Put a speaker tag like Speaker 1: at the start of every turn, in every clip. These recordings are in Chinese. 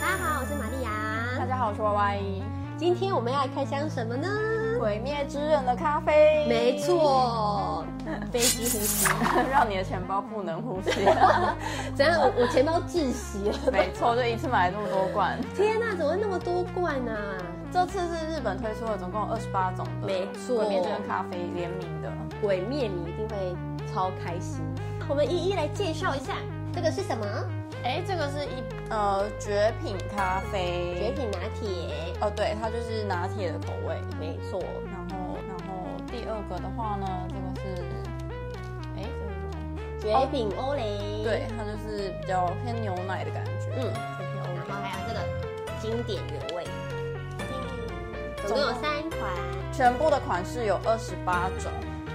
Speaker 1: 大家好，我是玛利亚。
Speaker 2: 大家好，我是 Y Y。
Speaker 1: 今天我们要来开箱什么呢？
Speaker 2: 《鬼灭之刃》的咖啡，
Speaker 1: 没，错，飞机呼 吸。
Speaker 2: 让你的钱包不能 呼吸。
Speaker 1: 怎样？我我钱包窒息了。
Speaker 2: 没错，就一次买了这么多罐。
Speaker 1: 天哪、怎么会那么多罐啊呢、
Speaker 2: 这次是日本推出的，总共二十八种的，
Speaker 1: 没错
Speaker 2: 鬼灭之刃咖啡联名的。
Speaker 1: 鬼灭你一定会超开心。我们一一来介绍一下，这个是什么？
Speaker 2: 哎，这个是一呃绝品咖啡，
Speaker 1: 绝品拿铁。
Speaker 2: 哦，对，它就是拿铁的口味。
Speaker 1: 没错，
Speaker 2: 然后，然后第二个的话呢，这个是，哎，这个是什么？
Speaker 1: 绝品欧蕾。
Speaker 2: 对，，它就是比较偏牛奶的感觉。
Speaker 1: 嗯
Speaker 2: 嗯，偏欧
Speaker 1: 然
Speaker 2: 蕾
Speaker 1: 后还有这个经典原味，总共有三款。
Speaker 2: 全部的款式有二十八种，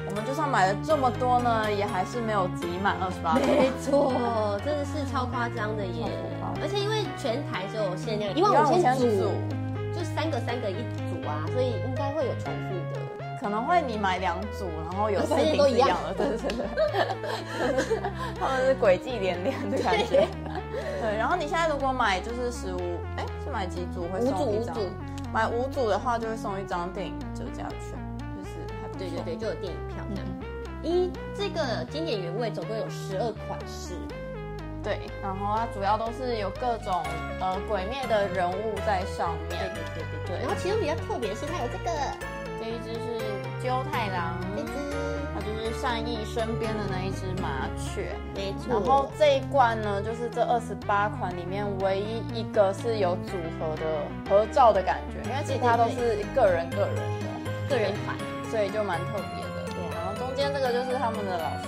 Speaker 2: 我们就算买了这么多呢，也还是没有集满二十八种。
Speaker 1: 没错，真的是超夸张的耶
Speaker 2: 超夸！张
Speaker 1: 而且因为全台只有限量一万五千
Speaker 2: 15,000
Speaker 1: 组，就三个三个一组啊，所以应该会有重复的。
Speaker 2: 可能会你买两组，然后有四
Speaker 1: 发现
Speaker 2: 瓶
Speaker 1: 都
Speaker 2: 是
Speaker 1: 一
Speaker 2: 一
Speaker 1: 样
Speaker 2: 样的，对对对对， 他们是诡计连连的感觉。对，然后你现在如果买就是十五，哎，是买几组会
Speaker 1: 五组
Speaker 2: 送
Speaker 1: 五
Speaker 2: 一张
Speaker 1: 组？
Speaker 2: 买五组的话就会送一张电影折价券，就是还不错。
Speaker 1: 对对对，就有电影票这样。一这个经典原味总共有十二款式，
Speaker 2: 对，然后它主要都是有各种呃鬼灭的人物在上面。
Speaker 1: 对对对对对。然后其中比较特别的是它有这个
Speaker 2: 这一只是鸠太郎，
Speaker 1: 这只，
Speaker 2: 它就是善逸身边的那一只麻雀。
Speaker 1: 哎没错。
Speaker 2: 然后这一罐呢，就是这二十八款里面唯一一个是有组合的合照的感觉，因为其他都是个人个人的，
Speaker 1: 个人款
Speaker 2: 所以就蛮特别的。
Speaker 1: 对啊
Speaker 2: 然后中间这个就是他们的老师，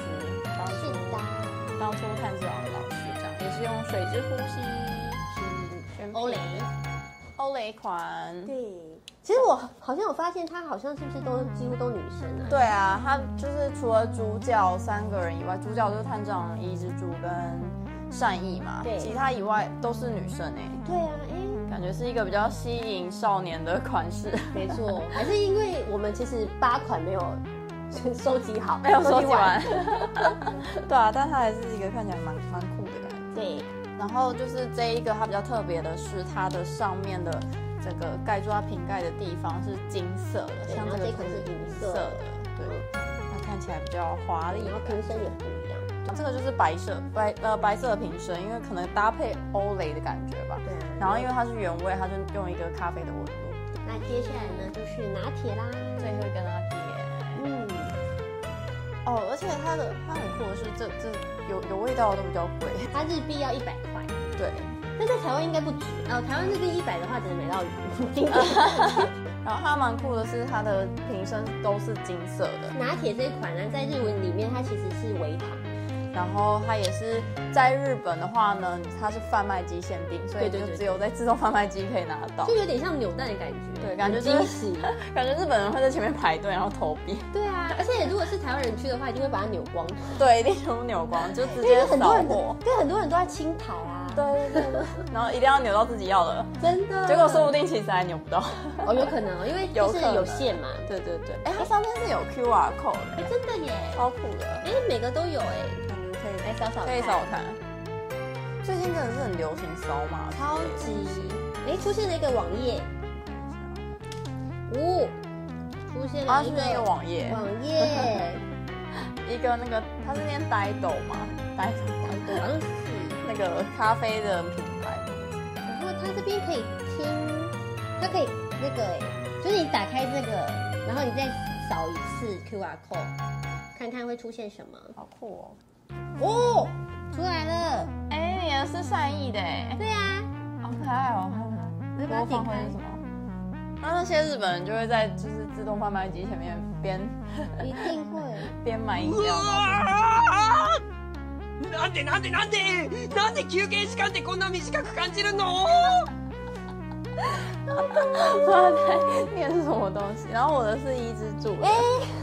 Speaker 2: 当
Speaker 1: 是
Speaker 2: 初
Speaker 1: 的，
Speaker 2: 当初炭治郎的老师，这样也是用水之呼吸是
Speaker 1: 欧蕾。
Speaker 2: 欧蕾款，
Speaker 1: 对，其实我好像有发现，它好像是不是都几乎都女生啊？
Speaker 2: 对啊，他就是除了主角三个人以外，主角就是探长一之助跟善意嘛，
Speaker 1: 对
Speaker 2: 其他以外都是女生哎、
Speaker 1: 对啊，哎、
Speaker 2: 感觉是一个比较吸引少年的款式。
Speaker 1: 没错，还是因为我们其实八款没有收集好，
Speaker 2: 没有收集完， 对啊，但它还是一个看起来蛮蛮酷的感觉。
Speaker 1: 对，
Speaker 2: 然后就是这一个，它比较特别的是它的上面的这个盖住它瓶盖的地方是金色的，
Speaker 1: 对
Speaker 2: 像
Speaker 1: 然后
Speaker 2: 这个
Speaker 1: 这款是银色的
Speaker 2: 的，对，它看起来比较华丽的
Speaker 1: 然后
Speaker 2: 感
Speaker 1: 瓶
Speaker 2: 觉。
Speaker 1: 身也不一样。
Speaker 2: 这个就是白色白呃白色的瓶身，因为可能搭配欧蕾的感觉吧。
Speaker 1: 对啊
Speaker 2: 然后因为它是原味，它就用一个咖啡的温度。
Speaker 1: 那接下来呢，就是拿铁啦。
Speaker 2: 最后一个拿铁。
Speaker 1: 嗯，
Speaker 2: 哦，而且它的它很酷的是，这这有有味道的都比较贵。
Speaker 1: 它日币要一百块，
Speaker 2: 对。
Speaker 1: 但在台湾应该不止。呃，台湾日币一百的话，只能买到五斤。
Speaker 2: 然后它蛮酷的是，它的瓶身都是金色的，
Speaker 1: 拿铁这一款呢，在日文里面它其实是微糖，
Speaker 2: 然后它也是在日本的话呢，它是贩卖机限定，所以
Speaker 1: 对对
Speaker 2: 就
Speaker 1: 对对
Speaker 2: 只有在自动贩卖机可以拿到
Speaker 1: 就。有点像扭蛋的感觉，
Speaker 2: 哦对感觉
Speaker 1: 很
Speaker 2: 就是
Speaker 1: 惊 喜。
Speaker 2: 感觉日本人会在前面排队，然后投币，
Speaker 1: 对啊，而且如果是台湾人去的话，一定会把它扭光，
Speaker 2: 对，一定全部扭光，就直
Speaker 1: 因为
Speaker 2: 接
Speaker 1: 很多
Speaker 2: 扫
Speaker 1: 人
Speaker 2: 货
Speaker 1: 都。，对很多人都在清台啊，
Speaker 2: 对对对， 然后一定要扭到自己要的，
Speaker 1: 真的。
Speaker 2: 结果说不定其实还扭不到。
Speaker 1: 哦，有可能哦，因为就
Speaker 2: 有
Speaker 1: 是
Speaker 2: 可能
Speaker 1: 有限嘛。
Speaker 2: 对对对，哎，它上面是有 QR code，
Speaker 1: 哎、
Speaker 2: 的
Speaker 1: 真的耶！
Speaker 2: 超酷的，
Speaker 1: 哎、每个都有哎、
Speaker 2: 感觉
Speaker 1: 来扫扫
Speaker 2: 可以
Speaker 1: 看
Speaker 2: 可以扫看。最近真的是很流行扫码，
Speaker 1: 超级哎、出现了一个网页，五、出现了
Speaker 2: 它啊是
Speaker 1: 一
Speaker 2: 那个
Speaker 1: 个
Speaker 2: 网页，
Speaker 1: 网页，
Speaker 2: 一个那个它是念呆豆嘛，呆豆
Speaker 1: 好多好像是。
Speaker 2: 那个咖啡的品牌，
Speaker 1: 然后它这边可以听，它可以那个哎、就是你打开这个，然后你再扫一次 QR code，看看会出现什么
Speaker 2: 好酷
Speaker 1: 哦，出来了，
Speaker 2: 哦。哎，也是善意的哎，
Speaker 1: 对啊，
Speaker 2: 好可爱哦。
Speaker 1: 那把它
Speaker 2: 播
Speaker 1: 点
Speaker 2: 放
Speaker 1: 开
Speaker 2: 会是什么？那那些日本人就会在就是自动贩卖机前面边
Speaker 1: 一定会，
Speaker 2: 边买饮料，然后边
Speaker 3: なんでなんでなんでなんで休憩時間ってこんな短く感じるの
Speaker 2: 不知道在念是什么东西。然后我的是一只猪，哎、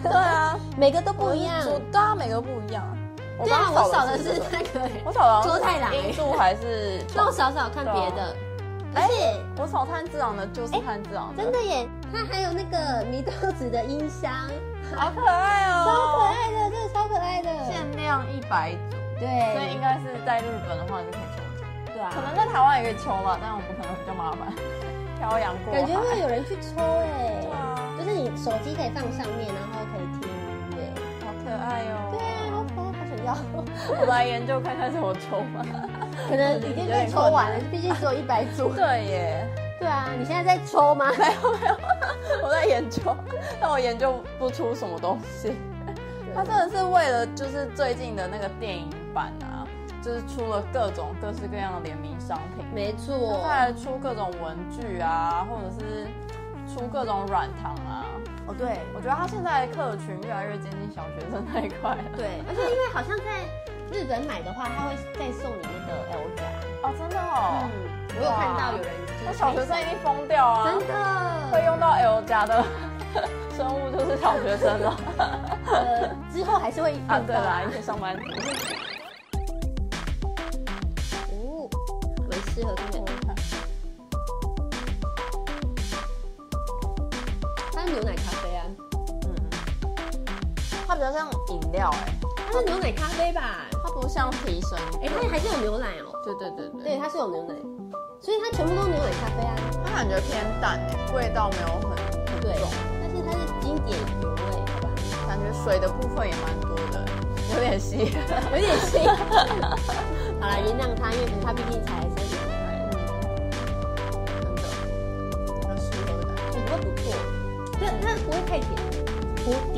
Speaker 2: 对啊，
Speaker 1: 每个都 不
Speaker 2: 我
Speaker 1: 一样
Speaker 2: 是。猪，对啊，每个不一样。我
Speaker 1: 对啊，
Speaker 2: 刚
Speaker 1: 我
Speaker 2: 刚
Speaker 1: 扫
Speaker 2: 扫
Speaker 1: 的是
Speaker 2: 这个
Speaker 1: 那个哎、
Speaker 2: 我扫的
Speaker 1: 猪太郎
Speaker 2: 英柱还是
Speaker 1: 那我扫扫看别的，而且
Speaker 2: 我手炭治郎的就是炭治郎的，
Speaker 1: 哎真的耶，它还有那个祢豆子的音箱，
Speaker 2: 好可爱哦，
Speaker 1: 超可爱的，真的超可爱的。
Speaker 2: 限量一百组，
Speaker 1: 对，
Speaker 2: 所以应该是在日本的话就可以抽奖，
Speaker 1: 对啊
Speaker 2: 可，能在台湾也可以抽吧，但我们可能比较麻 烦，漂洋过海。
Speaker 1: 感觉会有人去抽哎、
Speaker 2: 啊
Speaker 1: 就是你手机可以放上面，然后可以听音乐。
Speaker 2: 好可爱
Speaker 1: 对
Speaker 2: 哦！
Speaker 1: 啊，好可爱，好想要。
Speaker 2: 我们来研究看看怎么抽 吧。
Speaker 1: 可能已经被抽完了，毕竟只有一百组。
Speaker 2: 对耶，
Speaker 1: 对啊，你现在在抽吗？
Speaker 2: 我在研究，但我研究不出什么东西。 他真的是为了就是最近的那个电影版啊，就是出了各种各式各样的联名商品，
Speaker 1: 没
Speaker 2: 就是
Speaker 1: 错，
Speaker 2: 还出各种文具啊，或者是出各种软糖啊。
Speaker 1: 哦对
Speaker 2: 我觉得他现在的客群越来越接近小学生那一块了。
Speaker 1: 对，而且因为好像在日本买的话，他会再送你那个 L 夹。
Speaker 2: 哦，真的哦，
Speaker 1: 嗯，我有看到有人就是
Speaker 2: 那小学生一定疯掉啊！
Speaker 1: 真的
Speaker 2: 会用到 L 加的生物就是小学生了
Speaker 1: 呃，之后还是会
Speaker 2: 啊，
Speaker 1: 用
Speaker 2: 对
Speaker 1: 到
Speaker 2: 啦，一些上班族。
Speaker 1: 哦，维斯和 公园，它是牛奶咖啡啊，
Speaker 2: 嗯，它比较像饮料哎、
Speaker 1: 它是牛奶咖啡吧？
Speaker 2: 它不像提神。
Speaker 1: 哎、它还是有牛奶哦、
Speaker 2: 对对对对，
Speaker 1: 对，它是有牛奶，所以它全部都是牛奶咖啡啊。
Speaker 2: 它感觉偏淡哎、味道没有很很
Speaker 1: 对
Speaker 2: 重，，
Speaker 1: 但是它是经典原味，好吧？
Speaker 2: 感觉水的部分也蛮多的，有点 稀。
Speaker 1: 有点腥。好了，原谅他，因为他毕竟才三十几岁，
Speaker 2: 嗯真的，很适合的。
Speaker 1: 我觉得不错。但但不会太甜。蝴蝶，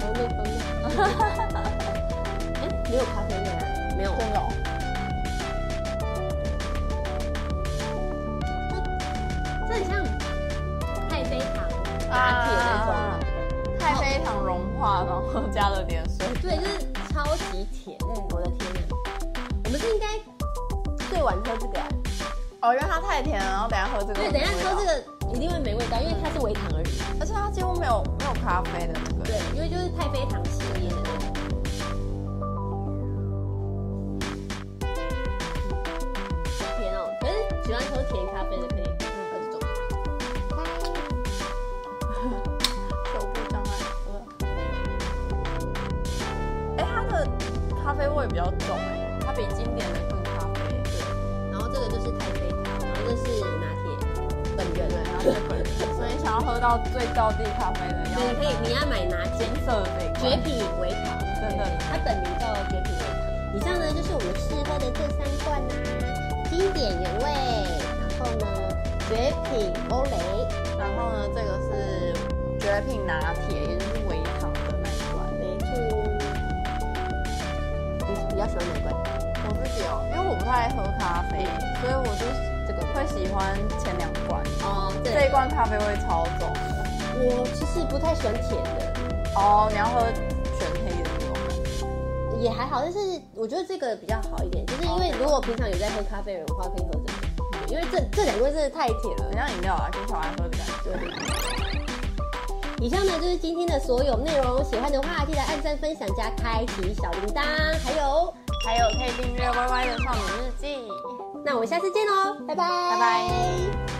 Speaker 1: 我味风 味。哎，没有咖啡味啊？没有
Speaker 2: 真的哦，
Speaker 1: 这很像太妃糖拿
Speaker 2: 拿
Speaker 1: 铁
Speaker 2: 铁
Speaker 1: 那种。
Speaker 2: 那种，啊太妃糖融化，然后加了点水。
Speaker 1: 哦对，就是超级甜。嗯，我的天哪！我们是应该最晚喝这个、啊。
Speaker 2: 哦，因为它太甜了，然后等一下喝这个。
Speaker 1: 对，等一下喝这。个一定会没味道，因为它是微糖而已。
Speaker 2: 而且它几乎没有没有咖啡的那个。
Speaker 1: 对，因为就是太妃糖系列的那种。好甜哦，可是喜欢喝甜咖啡的可以喝这种。
Speaker 2: 手部障碍。哎、它的咖啡味比较重哎、它比经典的更咖啡。
Speaker 1: 然后这个就是太妃糖，然后这是拿铁本
Speaker 2: 对
Speaker 1: 人。
Speaker 2: 对，它是本人，所以想要喝到最道地咖啡的样
Speaker 1: 对，
Speaker 2: 子，
Speaker 1: 可以，你要买拿铁
Speaker 2: 金色的这
Speaker 1: 绝
Speaker 2: 一块。
Speaker 1: 品微糖，
Speaker 2: 真的
Speaker 1: 它本名叫绝品微糖。以上呢就是我们试喝的这三罐啦、经典原味，然后呢绝品欧蕾。
Speaker 2: 然后呢，这个是绝品拿铁，也就是微糖的那一款。
Speaker 1: 没错。你比较喜欢哪一罐？
Speaker 2: 我自己哦，因为我不太爱喝咖啡，所以我就这个会喜欢前两罐。
Speaker 1: 哦，
Speaker 2: 这一，罐咖啡味超重。
Speaker 1: 我其实不太喜欢甜的，
Speaker 2: 哦，你要喝全黑的那种。
Speaker 1: 也还好，但是我觉得这个比较好一点，就是因为
Speaker 2: 哦
Speaker 1: 如果平常有在喝咖啡的人的话，可以喝这个，因为这这两罐真的太甜了
Speaker 2: 很。像饮料啊，给小孩喝的感觉。
Speaker 1: 对。以上呢就是今天的所有内容，喜欢的话记得按赞、分享、加开启小铃铛，还有，
Speaker 2: 还有可以订阅 Y Y 的少女日记。
Speaker 1: 哦那我们下次见喽，拜拜，
Speaker 2: 拜拜。